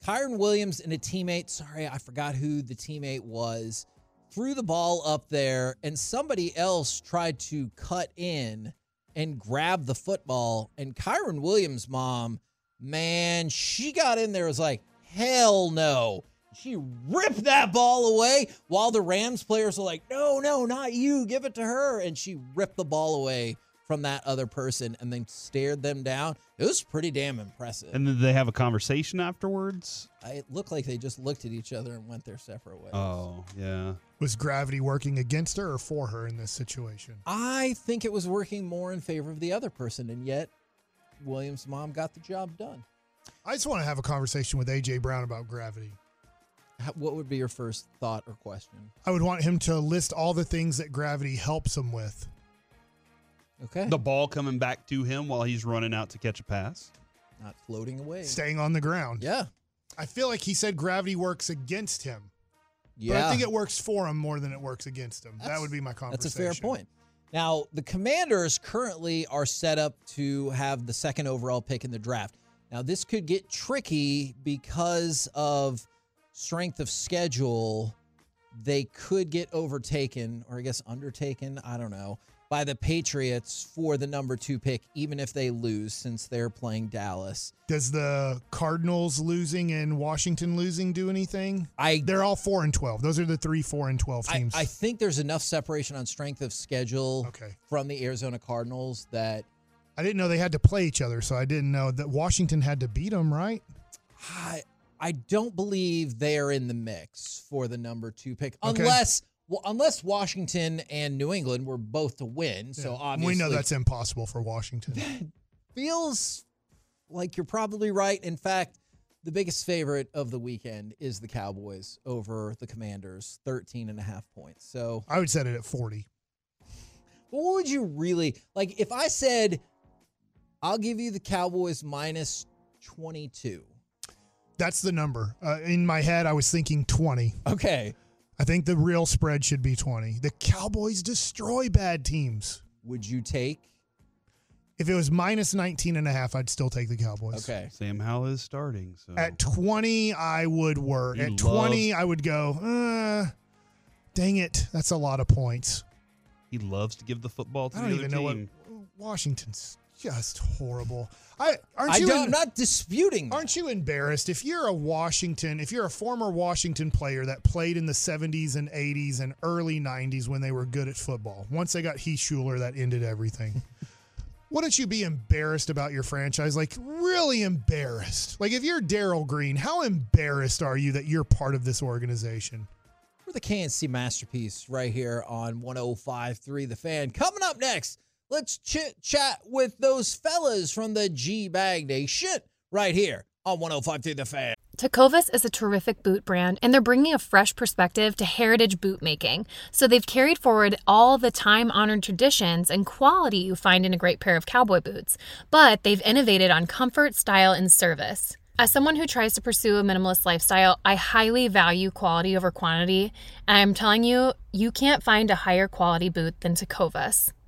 S2: Kyron Williams and a teammate, sorry, I forgot who the teammate was, threw the ball up there, and somebody else tried to cut in and grab the football. And Kyron Williams' mom, man, she got in there, and was like, hell no. She ripped that ball away while the Rams players were like, no, no, not you, give it to her. And she ripped the ball away from that other person and then stared them down. It was pretty damn impressive.
S3: And then they have a conversation afterwards.
S2: I- it looked like they just looked at each other and went their separate ways.
S3: Oh yeah.
S4: Was gravity working against her or for her in this situation?
S2: I think it was working more in favor of the other person, and yet Williams' mom got the job done.
S4: I just want to have a conversation with AJ Brown about gravity.
S2: How- What would be your first thought or question?
S4: I would want him to list all the things that gravity helps him with.
S2: Okay,
S3: The ball coming back to him while he's running out to catch a pass.
S2: not floating away.
S4: Staying on the ground.
S2: Yeah,
S4: I feel like he said gravity works against him.
S2: yeah.
S4: But I think it works for him more than it works against him. that
S2: That's-
S4: would be my
S2: That's
S4: conversation.
S2: a fair point. Now, the Commanders currently are set up to have the second overall pick in the draft. Now, this could get tricky because of strength of schedule. They could get overtaken, or I guess undertaken, I don't know, by the Patriots for the number two pick, even if they lose, since they're playing Dallas.
S4: Does the Cardinals losing and Washington losing do anything?
S2: I
S4: They're all four and twelve. Those are the three four and twelve
S2: I,
S4: teams.
S2: I think there's enough separation on strength of schedule
S4: okay.
S2: from the Arizona Cardinals that
S4: I didn't know they had to play each other, so I didn't know that Washington had to beat them, right?
S2: I I don't believe they are in the mix for the number two pick,
S4: Okay.
S2: unless well, unless Washington and New England were both to win. So
S4: Yeah.
S2: obviously,
S4: we know that's impossible for Washington.
S2: feels like you're probably right. In fact, the biggest favorite of the weekend is the Cowboys over the Commanders, 13 and a half points. So,
S4: I would set it at 40.
S2: but what would you really like if I said I'll give you the Cowboys minus 22?
S4: That's the number. Uh, in my head, I was thinking 20.
S2: Okay.
S4: I think the real spread should be 20. The Cowboys destroy bad teams.
S2: Would you take?
S4: If it was minus 19 and a half, I'd still take the Cowboys.
S2: Okay.
S3: Sam Howell is starting. So
S4: At 20, I would work.
S3: You
S4: At 20, I would go, uh, dang it. That's a lot of points.
S3: he loves to give the football to the
S4: I don't
S3: other
S4: even know what.
S3: team.
S4: Washington's just horrible. I aren't
S2: I
S4: you
S2: don't,
S4: en-
S2: I'm not disputing. that.
S4: Aren't you embarrassed if you're a Washington, if you're a former Washington player that played in the 70s and 80s and early 90s when they were good at football? Once they got Heath Schuler, that ended everything. Wouldn't you be embarrassed about your franchise? Like, really embarrassed. Like, if you're Daryl Green, how embarrassed are you that you're part of this organization?
S2: We're the KNC masterpiece right here on 105.3 The Fan. Coming up next, let's chit chat with those fellas from the G Bag Nation right here on 105.3 The Fan.
S7: Tecovas is a terrific boot brand, and they're bringing a fresh perspective to heritage boot making. So they've carried forward all the time honored traditions and quality you find in a great pair of cowboy boots, but they've innovated on comfort, style, and service. As someone who tries to pursue a minimalist lifestyle, I highly value quality over quantity, and I'm telling you, you can't find a higher quality boot than Tecovas.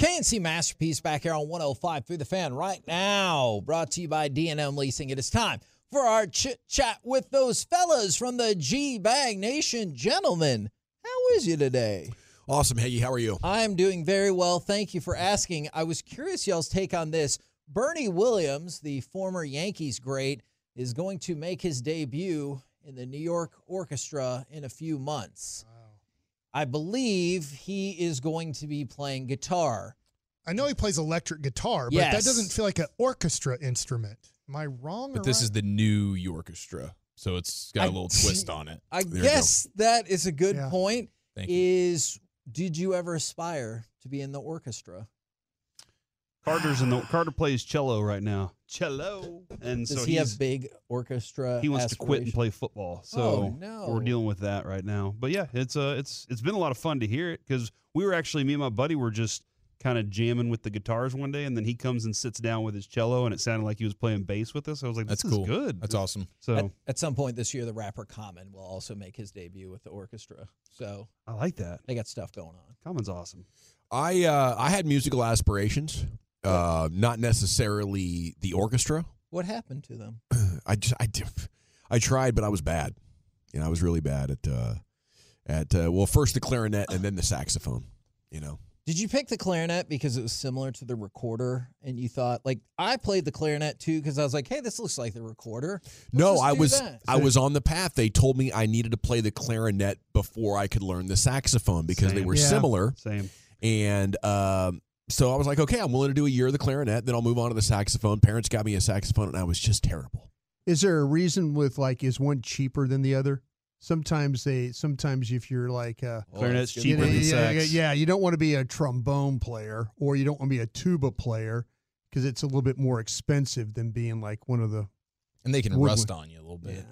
S2: KNC Masterpiece back here on 105 through the fan right now, brought to you by DNM Leasing. It is time for our chit chat with those fellas from the G Bag Nation. Gentlemen, how is you today?
S8: Awesome, Hagee. How are you?
S2: I'm doing very well. Thank you for asking. I was curious y'all's take on this. Bernie Williams, the former Yankees great, is going to make his debut in the New York Orchestra in a few months. I believe he is going to be playing guitar.
S4: I know he plays electric guitar, but
S2: Yes.
S4: that doesn't feel like an orchestra instrument. Am I wrong?
S8: But this is the new Orchestra, so it's got a
S2: I-
S8: little twist on it.
S2: I
S8: There you go.
S2: guess that is a good
S4: Yeah.
S2: point.
S8: Thank you.
S2: is did you ever aspire to be in the orchestra?
S3: Carter's in the Carter plays cello right now. Cello, and
S2: Does
S3: so
S2: he
S3: he's-
S2: have big orchestra?
S3: he wants to quit and
S2: aspirations?
S3: play football. So
S2: Oh, no.
S3: we're dealing with that right now. But yeah, it's uh it's it's been a lot of fun to hear it because we were actually me and my buddy were just kind of jamming with the guitars one day, and then he comes and sits down with his cello, and it sounded like he was playing bass with us. I was like,
S8: That's
S3: "This
S8: cool.
S3: is good.
S8: That's awesome.
S3: So
S2: at, at some point this year, the rapper Common will also make his debut with the orchestra. So
S3: I like that.
S2: They got stuff going on.
S3: Common's awesome.
S8: I uh, I had musical aspirations, uh, not necessarily the orchestra.
S2: What happened to them?
S8: I just I did, I tried, but I was bad. You know, I was really bad at uh, at uh, well, first the clarinet and then the saxophone. You know,
S2: Did you pick the clarinet because it was similar to the recorder, and you thought like I played the clarinet too because I was like, hey, this looks like the recorder. Let's
S8: no,
S2: just
S8: I
S2: do
S8: was
S2: that.
S8: I was on the path. They told me I needed to play the clarinet before I could learn the saxophone because they
S3: Same.
S8: were
S3: Yeah.
S8: similar.
S3: Same.
S8: And um, so I was like, okay, I'm willing to do a year of the clarinet, then I'll move on to the saxophone. Parents got me a saxophone, and I was just terrible.
S9: Is there a reason with like is one cheaper than the other? Sometimes they sometimes if you're like uh,
S3: Clarinet's
S9: you
S3: cheaper
S9: know,
S3: than
S9: yeah,
S3: sax.
S9: Yeah, you don't want to be a trombone player or you don't want to be a tuba player because it's a little bit more expensive than being like one of the
S8: and they
S3: can rust on
S8: you a little bit.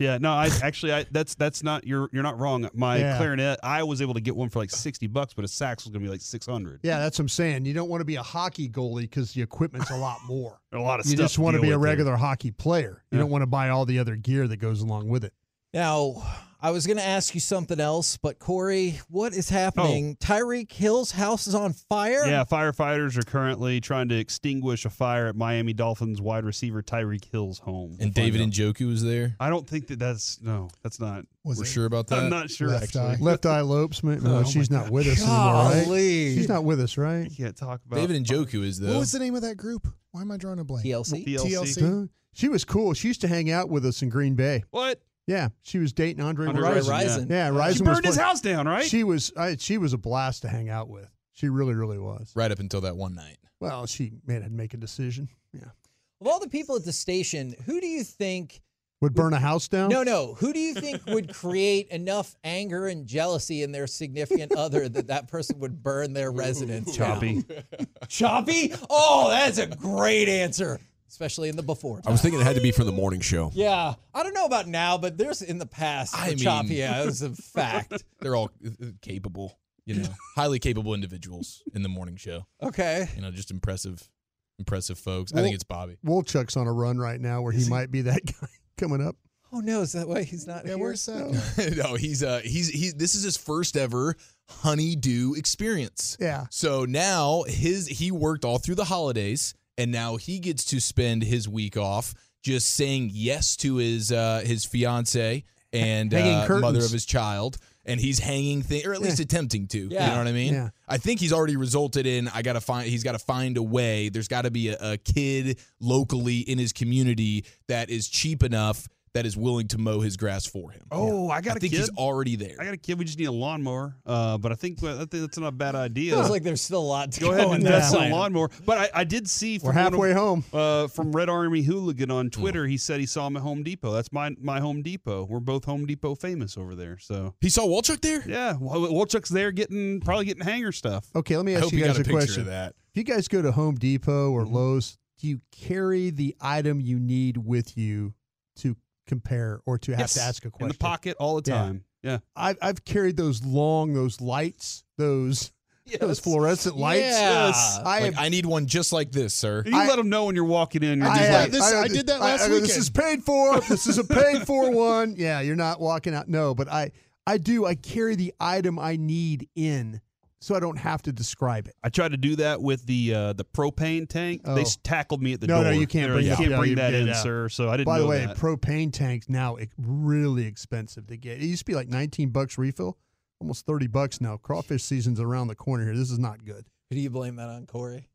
S3: Yeah, no, I actually I that's that's not you're you're not wrong. My
S9: Yeah.
S3: clarinet, I was able to get one for like sixty bucks, but a sax was gonna be like six hundred.
S9: Yeah, that's what I'm saying. You don't want to be a hockey goalie because the equipment's a lot more.
S3: A lot of
S9: you
S3: stuff
S9: just
S3: to
S9: want to
S3: deal
S9: be a
S3: with there.
S9: regular hockey player. You don't want to buy all the other gear that goes along with it.
S2: Now, I was going to ask you something else, but Corey, what is happening? Tyreek Hill's house is on fire.
S3: Oh. Yeah, firefighters are currently trying to extinguish a fire at Miami Dolphins wide receiver Tyreek Hill's home.
S8: And David
S3: Njoku was there. I don't think that that's no, that's not.
S9: Was
S8: We're it- sure about
S3: I'm
S8: that?
S3: not sure.
S9: Left
S3: actually.
S9: eye, left eye Lopes. ma- No,
S8: Oh
S9: she's
S8: my
S9: not
S8: God.
S9: with us anymore.
S2: Golly.
S9: Right? She's not with us, right?
S3: You can't talk about
S8: David Njoku is
S4: What
S8: the
S4: was the name of that group? Why am I drawing a blank?
S3: uh,
S2: TLC?
S4: TLC.
S9: Huh? She was cool. She used to hang out with us in Green Bay.
S3: What?
S9: Yeah, she was dating Andre,
S3: Andre
S9: Rison.
S3: Rison, yeah.
S9: Yeah,
S3: She
S9: Rison was
S3: burned his
S9: fun.
S3: house down, right?
S9: She was. I, she was a blast to hang out with. She really, really was.
S8: right up until that one night.
S9: Well, she made had to make a decision. Yeah,
S2: Of all the people at the station, who do you think?
S9: would burn a house down.
S2: No, no. Who do you think would create enough anger and jealousy in their significant other that that person would burn their residence? down?
S3: Choppy.
S2: Choppy? Oh, that's a great answer, especially in the before.
S8: I was thinking it had to be from the morning show.
S2: Yeah, I don't know about now, but there's in the past.
S8: I
S2: for
S8: mean-
S2: Choppy, yeah, it was a fact.
S10: They're all uh, uh, capable, you know, highly capable individuals in the morning show.
S2: Okay.
S10: You know, just impressive, impressive folks. I think it's Bobby.
S9: Wolchuk's on a run right now, where he might be that guy coming up.
S2: Oh no, is that why he's not here?
S9: where's that
S2: No.
S10: no, he's uh he's he's this is his first ever honeydew experience.
S9: Yeah.
S10: So now his he worked all through the holidays and now he gets to spend his week off just saying yes to his uh his fiance and
S9: Hanging
S10: uh,
S9: curtains.
S10: mother of his child and he's hanging thing or at least
S9: Yeah.
S10: attempting to. You
S9: Yeah.
S10: know what I mean?
S9: Yeah.
S10: I think he's already resulted in I gotta find he's gotta find a way. There's gotta be a, a kid locally in his community that is cheap enough that is willing to mow his grass for him.
S3: Oh, I got
S10: I
S3: a
S10: think
S3: kid.
S10: he's already there.
S3: I got a kid. We just need a lawnmower. Uh, but I think, I think that's not a bad idea.
S2: Feels like there's still a lot to
S3: Go ahead and invest in
S2: there.
S3: a lawnmower. But I, I did see from
S9: We're
S3: one of-
S9: halfway home.
S3: Uh, from Red Army Hooligan on Twitter, he said he saw him at Home Depot. That's my my Home Depot. We're both Home Depot famous over there. So
S10: He saw Walchuk there?
S3: yeah, Wal- Walchuk's there getting probably getting hanger stuff.
S9: Okay, let me
S3: I
S9: ask
S3: hope
S9: you
S3: you got
S9: guys
S3: a
S9: a
S3: picture of
S9: question.
S3: that. Mm-hmm.
S9: If you guys go to Home Depot or Lowe's, do you carry the item you need with you to compare or to have
S3: Yes.
S9: to ask a question?
S3: in the pocket all the
S9: Yeah.
S3: time. Yeah.
S9: I've I've carried those long, those lights, those those fluorescent lights. I
S10: I,
S9: have,
S10: I need one just like this, sir.
S3: You let them know when you're walking in. You're
S9: I,
S3: just
S9: have-
S3: like,
S9: have- I go, This is paid for. This is a paid for one. Yeah, you're not walking out. No, but I I do. I carry the item I need in, so I don't have to describe it.
S3: I tried to do that with the uh, the propane tank. They s- tackled me at the
S9: Oh. no,
S3: door.
S9: No, you can't
S3: They're
S9: bring,
S3: like,
S9: it.
S3: you
S9: Yeah,
S3: can't bring
S9: you
S3: that
S9: did,
S3: in,
S9: yeah.
S3: sir. So I didn't.
S9: By the
S3: know
S9: way,
S3: that.
S9: propane tanks now it, really expensive to get. It used to be like 19 bucks refill, almost 30 bucks now. Crawfish season's around the corner here. This is not good.
S2: Who do you blame that on, Corey?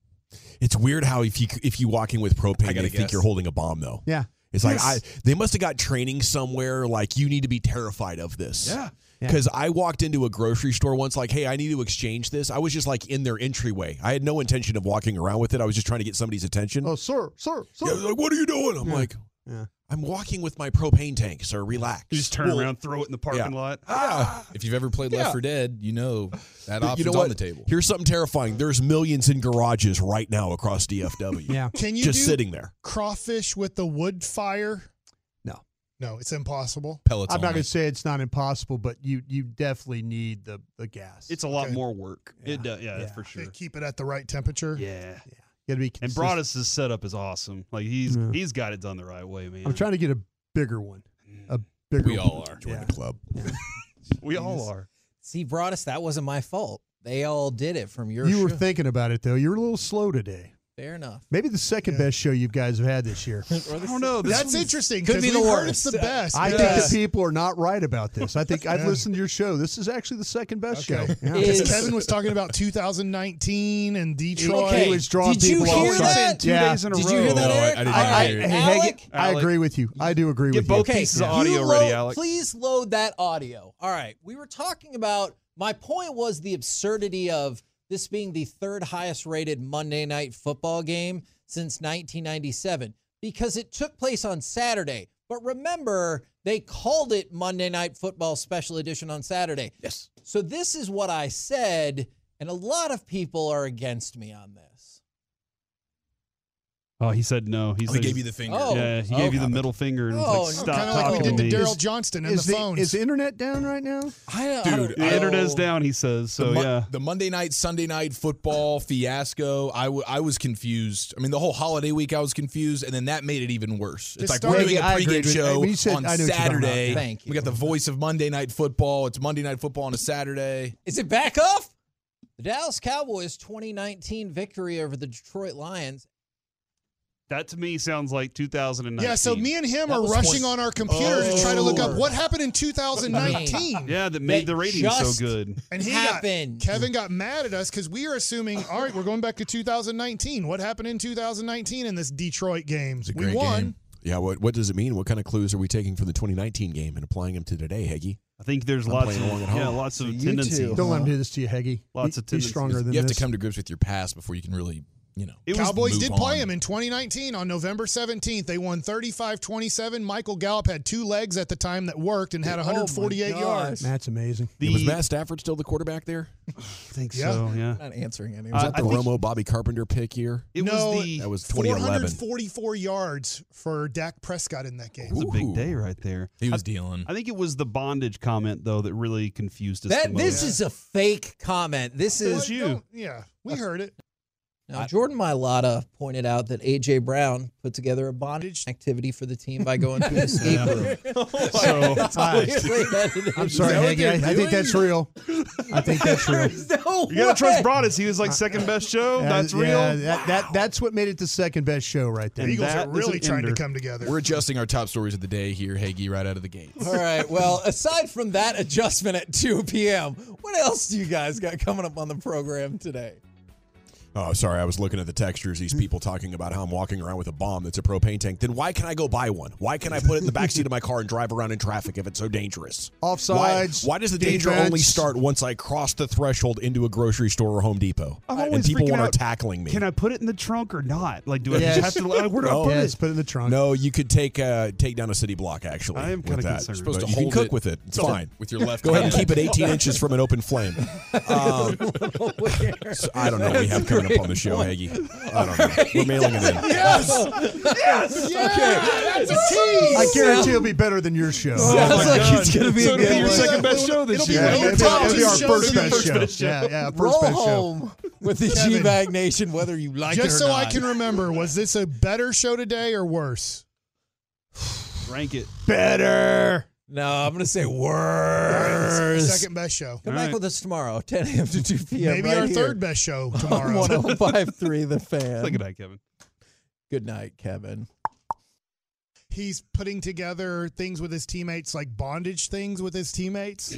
S8: It's weird how if you if you walk in with propane,
S9: I
S8: they
S9: gotta
S8: think
S9: guess.
S8: you're holding a bomb though.
S9: Yeah.
S8: It's
S9: Yes.
S8: like I they must have got training somewhere like you need to be terrified of this.
S3: Yeah.
S9: Yeah.
S8: Cuz I walked into a grocery store once like, "Hey, I need to exchange this." I was just like in their entryway. I had no intention of walking around with it. I was just trying to get somebody's attention.
S9: Oh, sir, sir, sir.
S8: Yeah, like, "What are you doing?" I'm
S9: Yeah.
S8: like,
S9: Yeah.
S8: "I'm walking with my propane tank, sir. Relax."
S3: You just turn around, throw it in the parking lot.
S8: Ah.
S10: If you've ever played
S8: Yeah.
S10: Left 4 Dead, you know that
S8: But
S10: option's
S8: you know what?
S10: on the table.
S8: Here's something terrifying. There's millions in garages right now across DFW.
S9: Yeah.
S4: Can you
S8: just
S4: do
S8: sitting there?
S4: Crawfish with the wood fire.
S9: No.
S4: No, it's impossible.
S10: Pellets.
S9: I'm not
S10: only.
S9: going to say it's not impossible, but you you definitely need the the gas.
S3: It's a lot more work. It does, yeah, for sure.
S4: Keep it at the right temperature.
S3: Yeah. yeah.
S9: You gotta be
S3: And
S9: consistent.
S3: Broadus' setup is awesome. Like he's
S9: Yeah.
S3: he's got it done the right way, man.
S9: I'm trying to get a bigger one. A bigger.
S3: We
S9: one.
S3: all are.
S2: Mm. Join the
S8: club.
S3: we all are.
S2: See, Broadus, that wasn't my fault. They all did it from your.
S9: You were
S2: show.
S9: thinking about it though. You were a little slow today.
S2: Fair enough.
S9: Maybe the second best show you guys have had Oh, this year.
S2: I don't
S4: know. That's interesting.
S2: Could
S4: 'cause
S2: be the
S4: we've heard
S2: worst.
S4: It's the best.
S9: I
S4: Yeah.
S9: think the people are not right about this. I think I've
S4: Yeah.
S9: listened to your show. This is actually the second best show. Yeah.
S4: Because Kevin was talking about 2019 and Detroit.
S9: Okay, He was drawing did you people hear outside. that? Two days in a Did you row. hear that, Eric? I- I- I- Alec? Alec? I agree
S2: with
S9: you. I do agree
S2: Get
S9: with
S2: both
S9: you.
S2: pieces
S9: Yeah.
S2: of audio ready, Alec. Please load that audio. All right. We were talking about my point was the absurdity of this being the third highest rated Monday night football game since 1997 because it took place on Saturday. But remember, they called it Monday Night Football Special Edition on Saturday.
S8: Yes.
S2: So this is what I said, and a lot of people are against me on this.
S3: Oh, he said no. He,
S10: Oh, he
S3: said
S10: gave you the finger.
S2: Oh.
S3: Yeah, he
S2: Oh.
S3: gave you the middle finger and was
S2: Oh,
S3: like,
S2: no.
S3: stop
S2: Kinda like we
S3: talking
S2: did
S3: to
S2: to
S3: me.
S2: Daryl
S4: Johnston
S9: is Is internet down right now?
S2: I,
S8: Dude,
S3: the
S2: Oh.
S3: internet's down, he says. So
S8: the, Mon-
S3: yeah.
S8: the Monday night, Sunday night football fiasco. I wa- I was confused. I mean, the whole holiday week, I was confused, and then that made it even worse. It's
S9: Just
S8: like we're
S9: starting-
S8: doing a
S9: I agreed
S8: pregame
S9: with-
S8: show
S9: when you said-
S8: on
S9: I knew what you were talking about.
S8: Saturday.
S9: Thank
S8: We got the voice of Monday night football. It's Monday night football on a Saturday.
S2: Is it back up? The Dallas Cowboys 2019 victory over the Detroit Lions.
S3: That to me sounds like 2019.
S4: Yeah, so me and him are rushing on our computer to try to look
S8: Oh.
S4: up what happened in 2019.
S3: Yeah, that made the ratings so good.
S4: And he
S2: happened.
S4: Got, Kevin got mad at us because we are assuming, all right, we're going back to 2019. What happened in 2019 in this Detroit game?
S8: It's a
S4: We
S8: great
S4: won.
S8: game. Yeah, what what does it mean? What kind of clues are we taking from the 2019 game and applying them to today, Heggy?
S3: I think there's
S8: I'm
S3: lots
S8: playing
S3: of-
S8: along at
S3: yeah,
S8: home.
S3: lots of So Uh-huh. you
S8: tendencies.
S3: two,
S9: Don't let him do this to you, Heggy.
S8: Lots
S9: He-
S8: of tendencies.
S9: He's stronger than
S8: you have
S9: this.
S8: to come to grips with your past before you can really, you know.
S4: Cowboys
S8: move
S4: did
S8: on.
S4: play him in 2019 on November 17th. They won 35-27. Michael Gallup had two legs at the time that worked and had
S8: Oh
S4: 148
S9: Oh
S4: yards.
S9: That's amazing.
S3: The-
S8: was Matt Stafford still the quarterback there? I
S3: think
S4: Yeah. so, yeah.
S2: Not answering anyone.
S8: Was
S4: I-
S8: that the
S4: I think-
S8: Romo Bobby Carpenter pick year?
S3: It
S4: No, was
S8: that was 2011.
S4: 444 yards for Dak Prescott in that game.
S3: It's a big day right there.
S8: He was
S3: I,
S8: dealing.
S3: I think it was the bondage comment though that really confused us.
S2: That
S3: the most.
S2: this is a fake comment. This
S4: Well,
S2: is
S4: don't- Yeah, we heard it.
S2: Now, Jordan Mailata pointed out that AJ Brown put together a bondage activity for the team by going to an escape room.
S3: Oh
S9: So-
S2: That's
S9: I-
S2: clearly that it
S9: Oh I'm
S2: is.
S9: sorry,
S2: Is that what
S9: Heggy.
S2: they're
S9: I, I think
S2: doing?
S9: that's real. I think that's real.
S2: No
S3: You gotta trust
S2: way.
S3: Broadus. He was like second best show.
S9: Yeah,
S3: That's
S9: yeah,
S3: real.
S9: That, that that's what made it the second best show right there.
S3: And Eagles that are really is an trying to ender. come
S4: together.
S8: We're adjusting our top stories of the day here, Hagee, right out of the gate.
S2: All right. Well, aside from that adjustment at 2 p.m., what else do you guys got coming up on the program today?
S8: Oh, sorry. I was looking at the textures. These people talking about how I'm walking around with a bomb that's a propane tank. Then why can I go buy one? Why can I put it in the backseat of my car and drive around in traffic if it's so dangerous?
S9: Offsides,
S8: Why, why does the danger
S9: defense.
S8: only start once I cross the threshold into a grocery store or Home Depot?
S3: I'm
S8: and
S3: always
S8: people
S3: freaking
S8: when are
S3: out,
S8: tackling me.
S3: Can I put it in the trunk or not? Like, do I
S8: Yes.
S3: have to? Like, where do I
S8: No.
S3: put
S8: Yes,
S3: it?
S9: Put it in the trunk.
S8: No, you could take uh, take down a city block. Actually,
S3: I am
S8: with
S3: kinda
S8: that.
S3: concerned,
S8: You're supposed
S3: but you
S8: to you
S3: can
S8: can
S3: hold
S8: cook with
S3: it
S8: it. It's
S3: with-
S8: fine
S3: with your left
S8: Go ahead and
S3: hand.
S8: keep it 18 inches from an open flame. Um, so I don't know. what we have coming up on the show, Haggy. I don't know. We're mailing it in.
S4: Yes!
S2: Okay.
S4: That's a tease!
S9: I guarantee it'll be better than your show.
S3: Oh
S2: Sounds like it's going to be a good one.
S9: Yeah, it'll be- it'll be our first best show.
S4: Yeah,
S9: yeah, first
S2: Roll
S9: best show.
S2: home with the
S4: Kevin.
S2: G-Bag Nation, whether you like it or
S4: Just so I
S2: not.
S4: can remember, was this a better show today or worse?
S3: Rank it.
S2: better. No, I'm going to say worse.
S4: Second best show.
S2: Come back with us tomorrow, 10 a.m. to 2 p.m.
S4: Maybe
S2: right
S4: our
S2: here
S4: third best show
S2: on
S4: tomorrow.
S2: 105.3 The Fan.
S3: Say goodnight, Kevin.
S2: Good night, Kevin.
S4: He's putting together things with his teammates, like bondage things with his teammates.